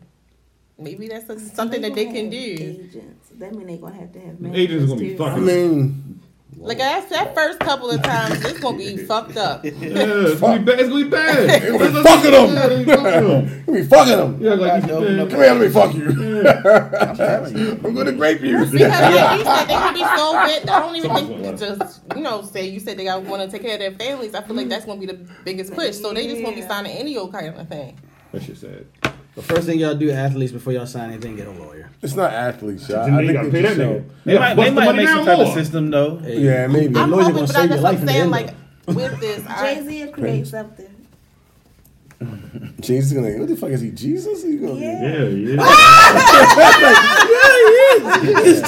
Maybe that's a, something that they can do.
Agents. That mean they gonna have to have
Them
managers
agents gonna be
too.
I
fucking-
mean,
Like that's that first couple of times, it's gonna be fucked up.
Yeah, it's gonna be bad. It's gonna be bad.
we fucking them. we fucking them.
Yeah, like you said,
Come here, let me fuck you.
telling you.
I'm gonna grape you.
Because like you said, they could be so bent. I don't even think just you know, say you said they got want to take care of their families. I feel like that's gonna be the biggest push. So they just gonna be signing any old kind of thing.
That shit sad.
The first thing y'all do, athletes, before y'all sign anything, get a lawyer.
It's not athletes, y'all.
Then
I
they
think
gotta
it's
pay that
just
nigga.
so-
They might, they might make some type of system though.
Hey,
Yeah, maybe.
The
I'm
lawyer
hoping,
gonna
but I,
save your
that's what
life in
I'm
the
saying.
end.
Like with this,
Jay
I,
Z will create something.
Jesus gonna. What the fuck is he? Jesus? He gonna be-
Yeah, yeah.
It's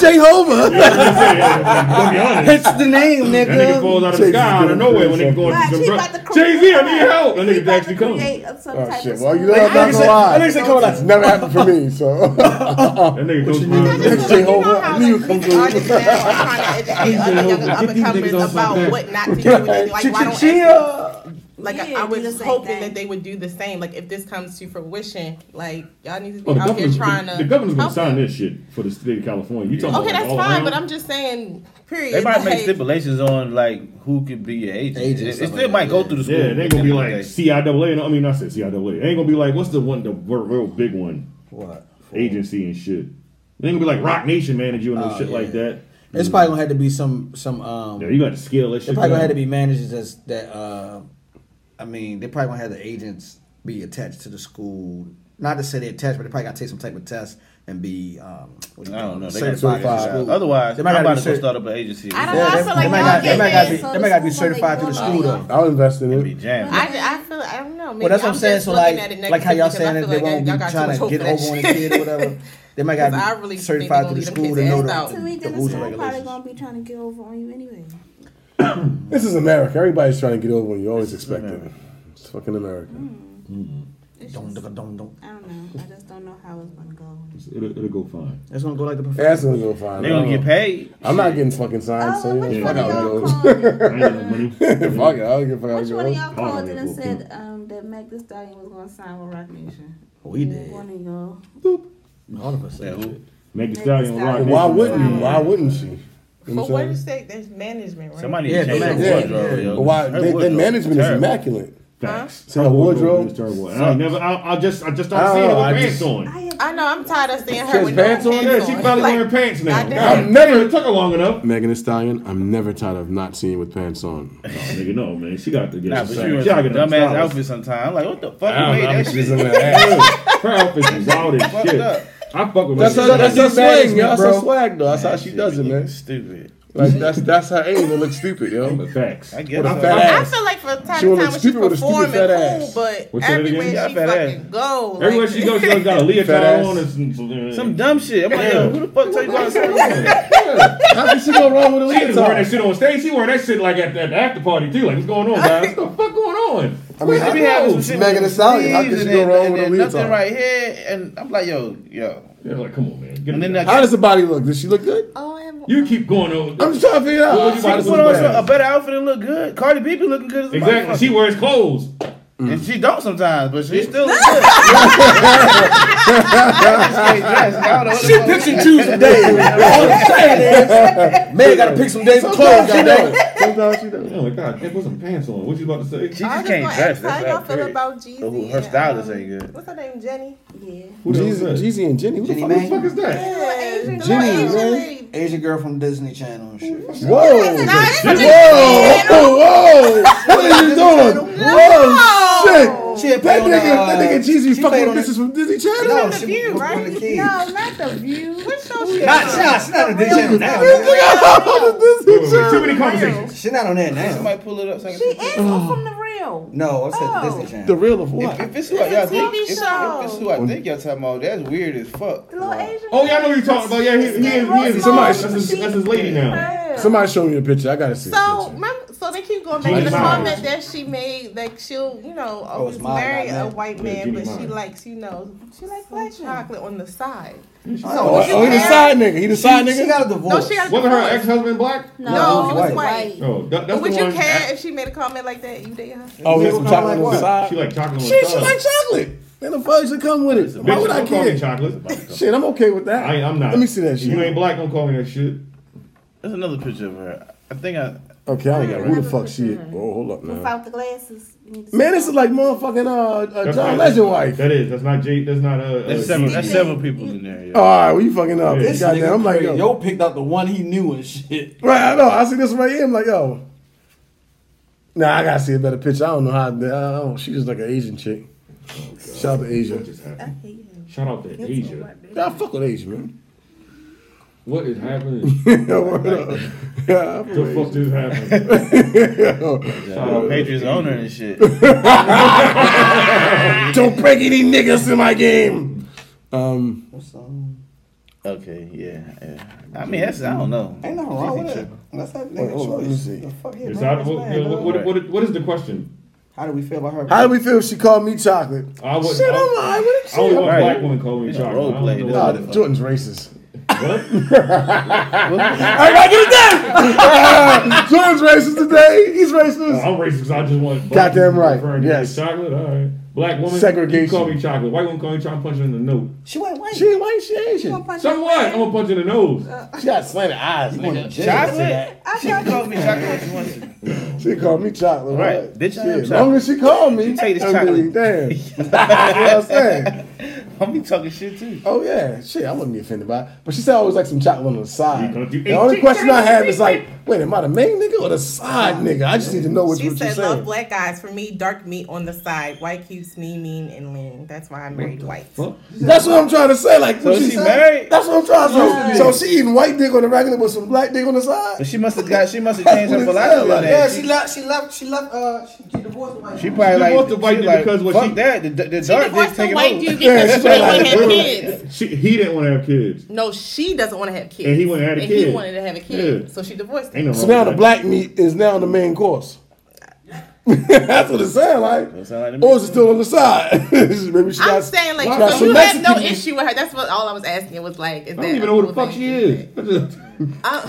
Let's
Jehovah.
be honest.
That's the name, nigga.
That nigga falls out of the
Jay-Z
sky out of
gonna
nowhere
create
when they going
Watch,
through
he
some
about to
rough.
create-
Jay Z, I need help. That
He
nigga
about
actually
to
comes.
create some
oh
type
shit.
of
Well, you know
school.
I'm not
Nigga
gonna
said- that nigga
lie.
said, come
That's
on.
never happened for me. So
That nigga goes through.
it's
You know
Jehovah.
how
I
like,
knew you would
these
come through.
artists now are trying to educate other young up and comers about what not to do. and they- Like, why don't like I-
Yeah,
I
do the
was
same
hoping
thing.
that they would do the same. Like if this comes to fruition, like y'all need to be
Oh, the
out here
governor's,
trying
the,
to.
the governor's gonna
help
sign
them.
this shit for the state of California. You talking
Okay,
about
that's
all
fine,
around?
but I'm just saying. Period.
They might
like,
make stipulations on like who could be your agent.
Agent,
It, it
something
still
like
might
that,
go
yeah.
through the school.
yeah, they
at
gonna
the
be
end of
like
the day.
CIAA. No, I mean, I said CIAA. They ain't gonna be like what's the one, the real, real big one,
What?
agency and shit. They ain't gonna be like Rock Nation manager and no
Oh,
shit like
yeah.
that.
It's probably gonna have to be some some um.
Yeah, you got to scale that
They
shit.
probably gonna
down.
have to be managers that's, that. Uh, I mean, they probably gonna have the agents be attached to the school. Not to say they attached, but they probably gotta take some type of test and be. Um, what do you
I don't know. They got
certified.
certified.
to the school.
Otherwise,
they
I'm
might gotta
about
be
to go
cer-
start up an agency.
I don't know.
Yeah,
I
they,
feel like
they might
y'all
got, they
get
might gotta be,
this.
they might gotta be
So the school
certified to the
gonna
school
make
though.
I'll invest in
It'd be
it.
jamming.
I, I feel I don't know. Maybe
Well, that's what I'm saying.
just
So
looking
like,
at it
like how y'all
negatively
saying that
because
they
I feel
won't
like
be
y'all got
trying
too
to
much
get
hope for
over
that
on the
shit.
kid or whatever. They might
Because I
gotta
really
be
think
certified
they
to the
gonna
school
leave them
to know
kids out.
the,
To me,
the
then the
rules and
school probably
regulations.
gonna be trying to get over on you anyway.
This is America. Everybody's trying to get over when you always expect it. It's fucking America.
It's
Dun,
just-
dun, dun, dun.
I don't know. I just don't know how it's gonna go.
It'll, it'll go fine.
It's gonna go like the
That's
professor.
gonna go fine. Uh,
They gonna get paid.
I'm not getting fucking signed, so
Oh,
you
which
know,
one
fuck
of y'all called?
out it goes.
I ain't got no money.
Fuck it, I don't give a fuck how it
Which one of
goes.
y'all
Hold on,
called it and
we'll
said um, that Meg Thee Stallion was gonna sign with Rock Nation?
We did.
One of y'all.
All of us.
Yeah, who?
Make the stallion
Stallion.
rock.
And
Nation.
Why wouldn't you? Why wouldn't she? You know
But
what
what
I'm
is
saying?
that? There's management, right?
Somebody
Yeah,
need to change
they
their
might- yeah.
wardrobe. yo.
But why?
Her
Their, their
wardrobe
management is
terrible.
immaculate.
Facts.
So her wardrobe-
is terrible. And I never. I, I just. I just
I
started seeing her
don't know,
with
I
pants
just-
on.
I,
I know. I'm tired of seeing
She
her
has
with no
pants
pants
on?
on.
Yeah, she finally
Like,
wearing pants now.
goddamn.
God, never it took her long enough.
Megan Thee Stallion, I'm never tired of not seeing with pants on.
Nigga, no, man. She got to get
Nah,
some
but
sex.
she was
She gotta
some
get them
dumbass
dollars.
outfit sometimes. I'm like, what the fuck?
I
You
don't know,
made that
she's
shit.
in her ass.
Her outfit is wild as shit.
up.
I fuck with
That's
her.
her, that's her swag, yo. That's her
bro.
swag, though. That's how she does it, man.
Stupid.
Like that's that's her aim to look stupid, yo.
But facts.
I
I
guess
With a
so.
fat
I
ass.
feel like from time
She
to time
wanna look
when she's
stupid with a stupid
performing,
fat
cool,
ass.
but
What's that again?
everywhere she
Yeah, fat ass.
fucking go, like,
Everywhere she goes, she always got a leotard
Fat ass.
on and some, some,
Some dumb shit. I'm like, yo, who the fuck tell you about something?
How can she go wrong with a
She was wearing that
leotard?
shit on stage. She wearing that shit like at, at the after party too. Like, what's going on, guys? What the fuck going on?
I mean,
I
I
be having some
know.
shit
Megan Thee
with
Stallion, how can
sleeves and
she go
then-
wrong
and
with a
then Nothing
leotard?
right here, and I'm like, yo, yo.
They're like, come on, man. Get
And
it
then
back.
that-
How does the body look? Does she look good?
Oh, I am-
you keep going over.
I'm just trying to figure out.
What would you
She
buy
can
this
put
one
on
back?
some- uh, a better outfit and look good. Cardi B be looking good as a
exactly. She
motherfucker.
wears clothes.
and she don't sometimes, but she still look good. I just can't dress. I don't know what the
She
fuck-
picks and chooses days. All I'm saying is, man, gotta pick some days of clothes. goddamn.
Sometimes she does.
Oh my god, they put some pants on. What you about to
She
say?
just
I'm just
can't
gonna
dress.
ask how
That's
y'all
how
feel about Jeezy
Her
and,
stylist
um,
ain't good.
What's her name? Jenny.
yeah.
Who the hell is
Jeezy,
that?
Jeezy and Jenny. Who the
Jenny
fuck, who the
Mang.
fuck is that?
Yeah,
Jenny, man.
Asian girl from Disney Channel and shit.
Whoa.
Nah, it's
Whoa.
a
Whoa. What are you doing? Whoa. Shit.
She had
That
played on,
nigga, that
uh,
nigga
she
Jeezy fucking
played
with
on
bitches from Disney Channel.
No,
The
she
View,
was
right?
on the kid.
No, not the view.
What show she
Nah,
on?
she not, she not on
The
Disney Channel
real-
now.
the real-
Wait, wait, wait, Too many conversations.
She not on that now.
Somebody pull it up. So I can
She
see.
is from the real.
No, I'm saying
Oh.
Disney Channel.
The real of what?
If, if it's who I y'all think,
TV
if, if
show.
it's who I think y'all talking about, that's weird as fuck.
The little Asian.
Oh yeah, I know what you're talking about. Yeah, he, he is. He is.
Somebody-
That's his, that's his lady now.
Yeah.
Somebody show me a picture. I gotta see. a
So,
picture.
remember, so they keep going back to the
Miles.
comment that she made, like she'll, you
Oh,
know, always
it's mine,
marry
not
a
mine.
white
Yeah,
man,
give me
but she
mine.
likes, you know, she likes black chocolate on the side.
Oh, oh, he the side nigga. He the side
She
nigga.
got a divorce.
No, she got a
Wasn't her
divorce.
ex husband black?
No,
No,
he
he
was
was
white.
Oh, that, that's
But would
the
you
one.
care if she made a comment like that? You date her?
oh, he got some
Like
chocolate on
what?
the side.
She like chocolate.
Shit, she like chocolate. And the fuck should come with it. Why
Bitch,
would I
don't call me
care?
chocolate.
Shit, I'm okay with that.
I ain't, I'm not.
Let me see that
If You ain't
shit.
black. Don't call me that shit.
There's another picture of her. I think I.
Okay, I ain't got who the
Another
fuck she
picture
is.
of her.
Oh, hold up now.
Without the glasses. you need to
Man,
see.
this is like motherfucking uh, uh
That's
John
not-
Legend wife.
That is. That's not Jade. That's not uh. uh
There's several.
Gigi.
There's several people in there. Yeah.
All right, well, you fucking up.
This
Goddamn, I'm like,
yo.
yo.
picked out the one he knew and shit.
Right, I know. I see this right here. I'm like, yo. Nah, I gotta see a better picture. I don't know how. I don't, she just like an Asian chick. Shout out to Asia.
What just
I
happened?
hate him.
Shout out to Asia.
Yeah, I fuck with Asia, man.
What is happening?
Word up. yeah, I fuck
the
with
fuck just happened? Shout out
Oh,
to
Patriots owner and shit.
Asia. Don't break any niggas in my game. Um,
What's um?
Okay, yeah, yeah. I mean, that's I don't know.
Ain't nothing wrong with it. That's that
Wait, hold on, let me
nigga's
see.
choice. The fuck he a
Is
grown
that,
ass
what,
man,
what,
dog.
what, what, what is the question?
How do we feel about her?
how do we feel if she called me chocolate?
I would.
Shit, I'm
I,
alright with it.
I only
Shit.
want
Right.
black women calling me
It's a
chocolate.
role
I don't
play.
know
This
Nah,
why.
motherfucker.
Jordan's racist.
What?
Everybody get it down. Jordan's racist today. He's racist.
I'm racist. 'cause I just want. black
Goddamn
people
right.
referring to me
Yes.
as Chocolate. All right. Black woman.
Segregation.
You call me chocolate. White woman call me chocolate. Punch her in the nose.
She went white.
She ain't white. She Asian.
So what? I'm gonna punch her in the nose.
Uh,
She got slanted eyes.
going to
nigga.
jail.
Chocolate. She can call me chocolate if she wants to.
She called me chocolate.
Right.
Right.
Bitch, I am
Shit, As long as she called me,
take this
I mean,
chocolate.
damn. you know what I'm saying?
I'm be talking shit too.
Oh, yeah. Shit, I wouldn't be offended by it. But she said I always like some chocolate on the side.
Because you
The
eat
only
chicken.
question I have is like, wait, am I the main nigga or the side nigga? I just need to know what,
She
what you're
said, "Love
saying.
black guys. For me, dark meat on the side. White keeps me mean and lean. That's why I married white."
That's what I'm trying to say. Like,
So
what
she married?
That's what I'm trying to say. So she eating white dick on the regular with some black dick on the side?
But she must have got. She must have changed her
That's what it
philosophy.
sound like.
on
Yeah,
that.
she left. She left. She left. Uh, she she divorced the white.
She probably like,
divorced the white
she
dude
like,
because what
fuck
she-
that. The, the dark dick
divorced the
taking
white
over.
dude
Yeah,
because she didn't want
she like-
to have kids.
She, he didn't want to have kids.
No, she doesn't want to have kids.
And he wanted to have a
And
kid.
he wanted to have a kid,
Yeah.
so she divorced
Ain't
him.
no
So
wrong
now
with
the
that.
black meat is now the main course. That's what it sounds
Don't
like.
sound like to me.
Or is it still on the side? Maybe she
I'm
got-
saying
she
like
got
so
some
you have no
Mexican-
issue with her. That's what all I was asking was like. Is that
I don't even know who the
cool
fuck
thing?
she is. I just-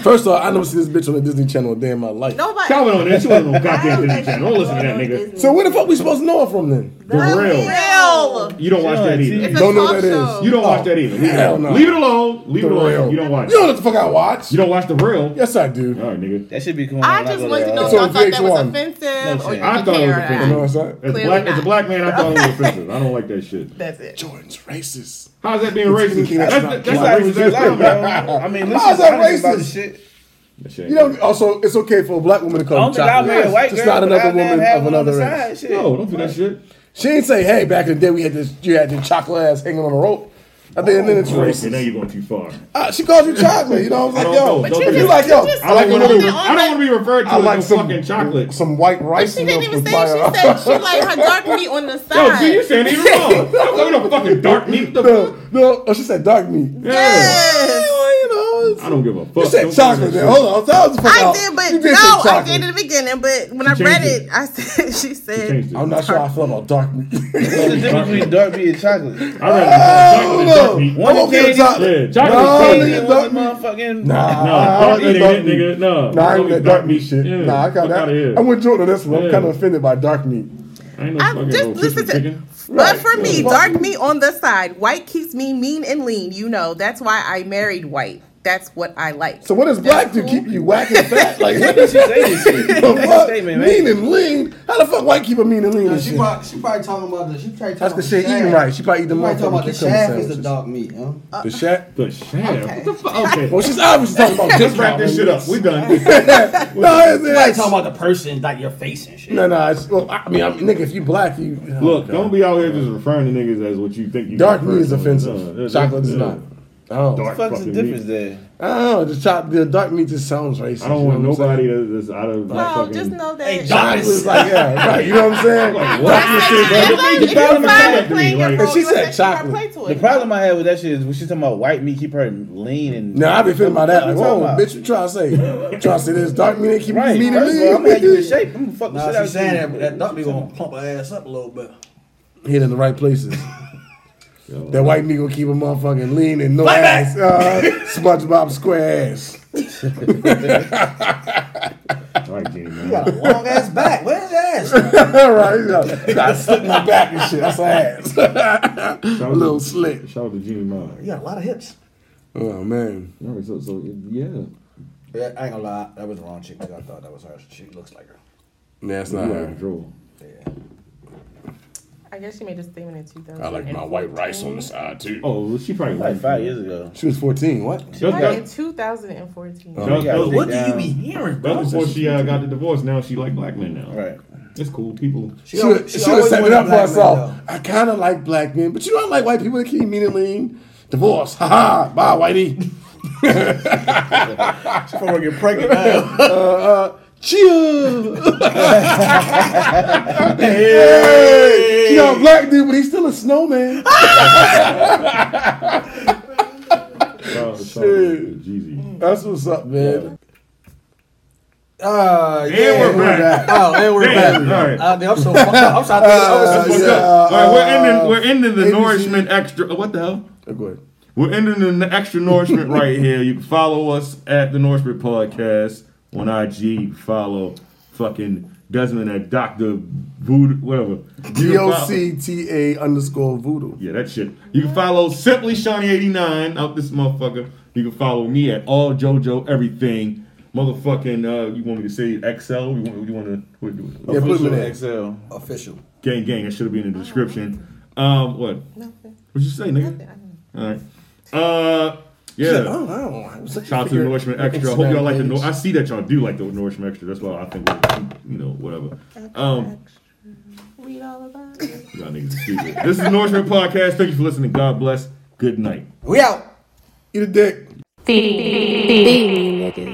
First off, I never seen this bitch on the Disney Channel a day in my life.
Nobody.
Comment on that. She wasn't no
I
goddamn
don't
Disney
think
Channel. Don't listen to that nigga.
So where the fuck we supposed to know her from then?
The real.
Real.
You don't watch
Yeah,
that
it's
either.
It's
Don't
a
know
talk
what that is.
show.
You don't watch that either. Leave it alone.
oh, no.
Leave it alone. Leave
The
it alone.
real.
You don't watch.
You know what the fuck I watch?
You don't watch the real.
Yes, I do.
All right, nigga.
That should be cool.
I just wanted to know if
It's on
y'all thought that was
VH1.
offensive
No
or you
shame.
I
I
thought it was
You know what I'm
offensive.
saying?
As,
Clearly
black, as a
not.
black man, I thought it was offensive. I don't like that shit.
That's it.
Jordan's racist.
How's that being racist?
That's
That's,
not-
that's, that's
Like,
not
it's
racist.
just out,
That's
bro.
not
I mean,
How's
let's just
that
honest about the
racist?
shit.
racist.
You know, also, it's okay for a black woman to
I
call
don't
me
think I'll marry
chocolate.
a white girl.
Just not
but
another
I'll
woman
have
of
one on
another
the
race.
side, shit.
No, don't do that shit.
She ain't say, hey, back in the day we had this, you had your chocolate ass hanging on a rope. I think then it's
Okay, now
racist.
you're going too far.
Ah, she calls you chocolate. You know what I'm
I
like,
don't
yo,
know. But you
you
just-
like, yo,
you just-
I like
I
a
don't
little.
want to be referred to
I like
as no
some
fucking chocolate.
some white rice.
She didn't
milk
even say.
with my-
She said she like her dark meat on the
Yo,
side.
see, you saying even wrong. I'm going to fucking dark meat. The
No, no. Oh, she said dark meat.
Yeah.
Well, you know, it's-
I don't give a fuck.
you said
Don't
chocolate.
do that
Then.
shit.
Hold on, that was the fuck
I
out.
did, but
You
no,
say
I
chocolate.
did in the beginning. But when I
She
read
changed
it, I said she said
Changed it.
I'm not sure how I feel about dark meat.
What's the difference between dark meat and chocolate?
I
Oh,
rather
no.
chocolate than dark meat.
One
I'm okay with
is
chocolate.
Yeah, chocolate
Nah,
is
Asian, one's
nigga,
a
dark meat.
motherfucking-
Nah,
No,
I
dark
don't
meat
eat
ain't it, nigga. No.
Nah, I
Don't
ain't
eat
that
dark
dark meat
meat.
shit.
Yeah,
Nah, I
fuck
kind
outta here.
of. I'm with Jordan on this one.
Yeah.
I'm kind of offended by dark meat.
Ain't no
I'm
fucking
just
rotisserie
listen to
chicken.
But for me,
Yeah.
dark meat on the side. White keeps me mean and lean. You know, that's why I married white. That's what I like.
So what does black do? Keep you whack and fat? Like what
She
the
say this shit. That's a
fuck?
statement, man.
Mean and lean? How the fuck white keep a mean and lean?
No,
and
she,
shit?
probably, she probably talking about the. She probably talking
That's
about
because she ain't eating
shaft.
right. She probably eating
She probably talking
motherfucking
about the
cucumber
shaft is the
sandwiches.
dog meat. Huh?
The shaft.
The shaft. What the fuck? Okay.
Well, she's obviously talking about
Let's wrap this shit up. We done.
No, it's, it's,
about the person, like your face and shit.
no, no. It's, well, I mean, I'm, nigga, if you black, you oh,
Look,
God.
don't be out here just referring to niggas as what you think you
Dark
got
meat is
first.
offensive.
No, that-
Chocolate is
that-
not. I don't,
Dark
know.
What the fuck's the
fucking
difference
meat.
there?
I don't know. The chop, the dark meat just sounds racist.
I don't
you
want
know what I'm
nobody
saying?
that- that's out of like
No,
fucking.
just know that.
Dark was like, yeah, right. You know what I'm saying?
Like,
Dark meat
what?
shit,
If
bro.
I-
You
if
gotta
you
be
find
kidding
it
me.
playing your
Like,
role,
she
you
said
gotta
chocolate.
play to
The
it.
problem I had with that shit is when she's talking about white meat, keep her lean and.
Nah, I be feeling about that.
What
Like,
you
whoa,
talking about?
bitch, you trying to say? trying to say this dark meat ain't keep
Right. First
me
of
meat
all, I'm gonna have you in
and
shape. I'm gonna fuck the
Nah,
shit out
she's
of
saying
you.
that, but that duck be gonna plump her ass up a little bit.
Hit in the right places.
Yo,
That white meat gonna keep a motherfucking lean and no ass. Uh, SpongeBob square ass.
all right, Gene, man.
You got a long ass back. Where's your ass?
All right, you know, you gotta slick my back and shit. That's her ass.
Shout
a
out to-
little slick.
Shout out to Genie Mine.
You got a lot of hips.
Oh man.
All right, so, so yeah.
Yeah, I ain't gonna lie, that was the wrong chick. 'cause I thought that was her. She looks like her.
Nah, That's
You
not
out of
her.
control.
Yeah.
I guess she made a statement in 2000.
I like my white rice on the side too.
Oh, well, she probably
Like five years ago.
She was 14. What?
That
Like in
was,
2014.
Oh.
that was- that was-
What do you be hearing,
that
bro?
was before she uh, got the divorce. Now she like black men now.
Right.
It's cool. People.
She should
she
have
always
set it
wanted
up for
black men,
herself. I kind of like black men, but you don't like white people that keep mean and lean. Divorce. Ha ha. Bye, whitey.
She's gonna get pregnant now.
Chill. hey. She got a black dude, but he's still a snowman.
Shout out to- shout out to Jeezy.
That's what's up, man.
Uh, yeah,
we're back.
Oh, and we're
Damn,
back.
all right.
Uh, I'm so fucked up. I'm sorry. I think I was so
What's
fucked
yeah.
up.
up? All right, we're
uh,
ending. We're ending the
ABC.
nourishment extra. What the hell?
Oh, go ahead.
We're ending the extra nourishment right here. You can follow us at the Nourishment Podcast on IG. You can follow fucking Desmond at Doctor Voodoo, whatever. You
D
can
O
follow-
C T A underscore voodoo.
Yeah, that shit. You can follow Simply Shawnee89 out this motherfucker. You can follow me at All JoJo Everything. Motherfucking, uh, you want me to say XL? You want, you want to what, what,
Yeah, put him in there.
XL.
Official.
gang gang? It should have been in the description. Um, what?
Nothing.
What'd you say, nigga? All right. Uh, yeah.
Oh, I don't know.
Shout out to the Nourishment Extra. I hope
Instagram
y'all like the.
page.
Nour- I see that y'all do like the Nourishment Extra. That's why I think we're, you know whatever. Um,
Read all about it.
y'all niggas are stupid. This is the Nourishment Podcast. Thank you for listening. God bless. Good night.
We out.
Eat a dick.
Feed me niggas.